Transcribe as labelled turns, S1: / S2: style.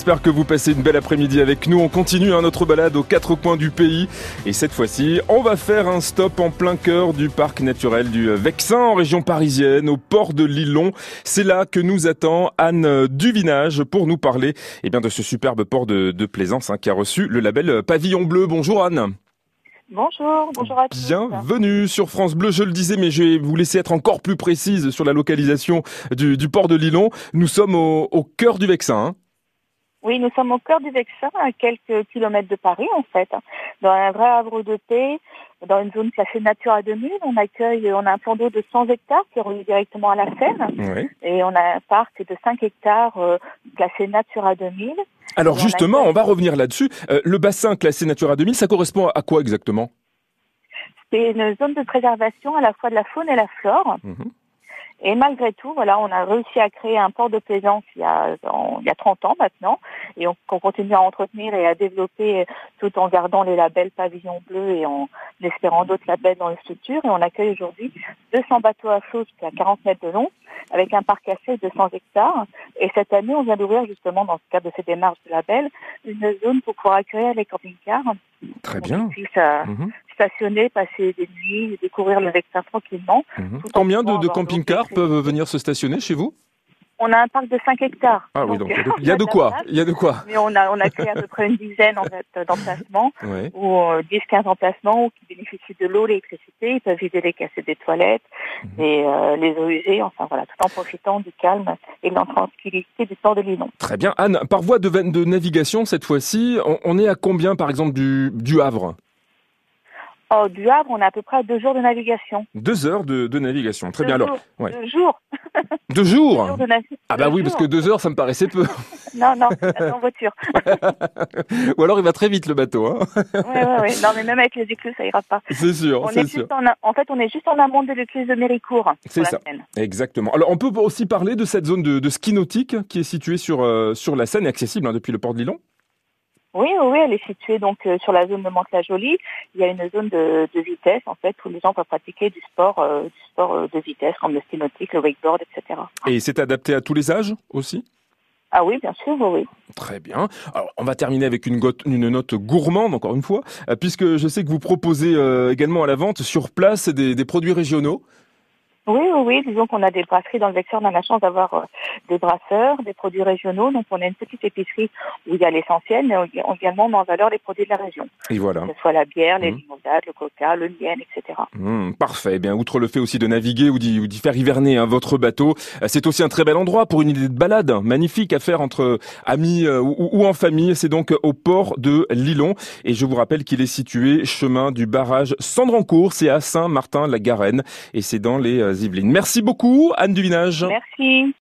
S1: j'espère que vous passez une belle après-midi avec nous. On continue hein, notre balade aux quatre coins du pays. Et cette fois-ci, on va faire un stop en plein cœur du parc naturel du Vexin, en région parisienne, au port de Lillon. C'est là que nous attend Anne Duvinage pour nous parler eh bien, de ce superbe port de, de Plaisance hein, qui a reçu le label Pavillon Bleu. Bonjour Anne.
S2: Bonjour, bonjour à tous.
S1: Bienvenue sur France Bleu, je le disais, mais je vais vous laisser être encore plus précise sur la localisation du, du port de Lillon. Nous sommes au, au cœur du Vexin. hein.
S2: Oui, nous sommes au cœur du Vexin, à quelques kilomètres de Paris en fait, hein, dans un vrai havre de paix, dans une zone classée Nature à 2000. On accueille, on a un plan d'eau de 100 hectares qui est relié directement à la Seine,
S1: Ouais.
S2: et on a un parc de 5 hectares euh, classé Nature à 2000.
S1: Alors
S2: Et on
S1: justement,
S2: accueille-
S1: on va revenir là-dessus. Euh, le bassin classé Natura 2000, ça correspond à quoi exactement
S2: C'est une zone de préservation à la fois de la faune et la flore.
S1: Mhm.
S2: Et malgré tout, voilà, on a réussi à créer un port de plaisance il y a, en- il y a 30 ans maintenant, et on, qu'on continue à entretenir et à développer tout en gardant les labels Pavillon Bleu et en espérant d'autres labels dans les structures. Et on accueille aujourd'hui 200 bateaux à flot jusqu'à 40 mètres de long, avec un parc assez de 100 hectares. Et cette année, on vient d'ouvrir justement, dans le cadre de ces démarches de label, une zone pour pouvoir accueillir les camping-cars,
S1: Très
S2: pour qu'ils puissent euh,
S1: Mhm,
S2: stationner, passer des nuits, découvrir le Vexin tranquillement.
S1: mhm.
S2: Tout en
S1: Combien de,
S2: pouvant
S1: de
S2: avoir
S1: camping-cars
S2: l'eau.
S1: peuvent venir se stationner chez vous
S2: On a un parc de 5 hectares.
S1: Ah oui, donc il y a de-
S2: on
S1: il y a de
S2: la
S1: quoi,
S2: place,
S1: il y a de quoi.
S2: Mais on a, on a créé à peu près une dizaine en fait, d'emplacements,
S1: Ouais.
S2: ou euh, 10-15 emplacements où qui bénéficient de l'eau, l'électricité, ils peuvent vider les cassés des toilettes,
S1: Mhm.
S2: et, euh, les eaux usées, enfin voilà, tout en profitant du calme et de la tranquillité du port de Lyon.
S1: Très bien. Anne, par voie de, veine de navigation cette fois-ci, on, on est à combien par exemple du, du Havre
S2: Oh, du Havre, on a à peu près deux jours de navigation.
S1: Deux heures de, de navigation. Très
S2: Deux
S1: bien. Alors,
S2: jours,
S1: ouais.
S2: Deux jours,
S1: deux
S2: deux
S1: jours
S2: jours de navigation.
S1: Ah bah oui, parce que deux heures, ça me paraissait peu.
S2: Non, non, c'est en voiture.
S1: Ou alors il va très vite le bateau. hein.
S2: Ouais, ouais, ouais. Non, mais même avec les écluses, ça ira pas.
S1: C'est sûr,
S2: On
S1: Oh, c'est
S2: est
S1: sûr.
S2: juste en, en fait, on est juste en amont de l'écluse de Méricourt.
S1: C'est
S2: sur la
S1: ça.
S2: Seine.
S1: Exactement. Alors on peut aussi parler de cette zone de, de ski nautique qui est située sur, euh, sur la Seine et accessible hein, depuis le port de Lillon.
S2: Oui, oui, oui, elle est située donc euh, sur la zone de Mantes-la-Jolie. Il y a une zone de, de vitesse en fait où les gens peuvent pratiquer du sport, euh, du sport euh, de vitesse comme le ski nautique, le wakeboard, etc.
S1: Et c'est adapté à tous les âges aussi
S2: Ah oui, bien sûr, oui. oui.
S1: Très bien. Alors, on va terminer avec une, gote- une note gourmande, encore une fois, euh, puisque je sais que vous proposez euh, également à la vente sur place des, des produits régionaux.
S2: Oui, oui, oui. Disons qu'on a des brasseries dans le Vexin. On a la chance d'avoir euh, des brasseurs, des produits régionaux. Donc, on a une petite épicerie où il y a l'essentiel, mais on- on- également, on met en valeur les produits de la région.
S1: Et voilà.
S2: Que ce soit la bière, les
S1: Mhm.
S2: limonades, le coca, le miel, etc.
S1: Mmh, parfait. Eh bien, outre le fait aussi de naviguer ou d'y ou d'y faire hiverner hein, votre bateau, euh, c'est aussi un très bel endroit pour une idée de balade hein, magnifique à faire entre amis euh, ou, ou en famille. C'est donc au port de Lillon. Et je vous rappelle qu'il est situé chemin du barrage Sandrancourt. C'est à Saint-Martin-la-Garenne. Et c'est dans les euh, Yvelines. Merci beaucoup, Anne Duvinage.
S2: Merci.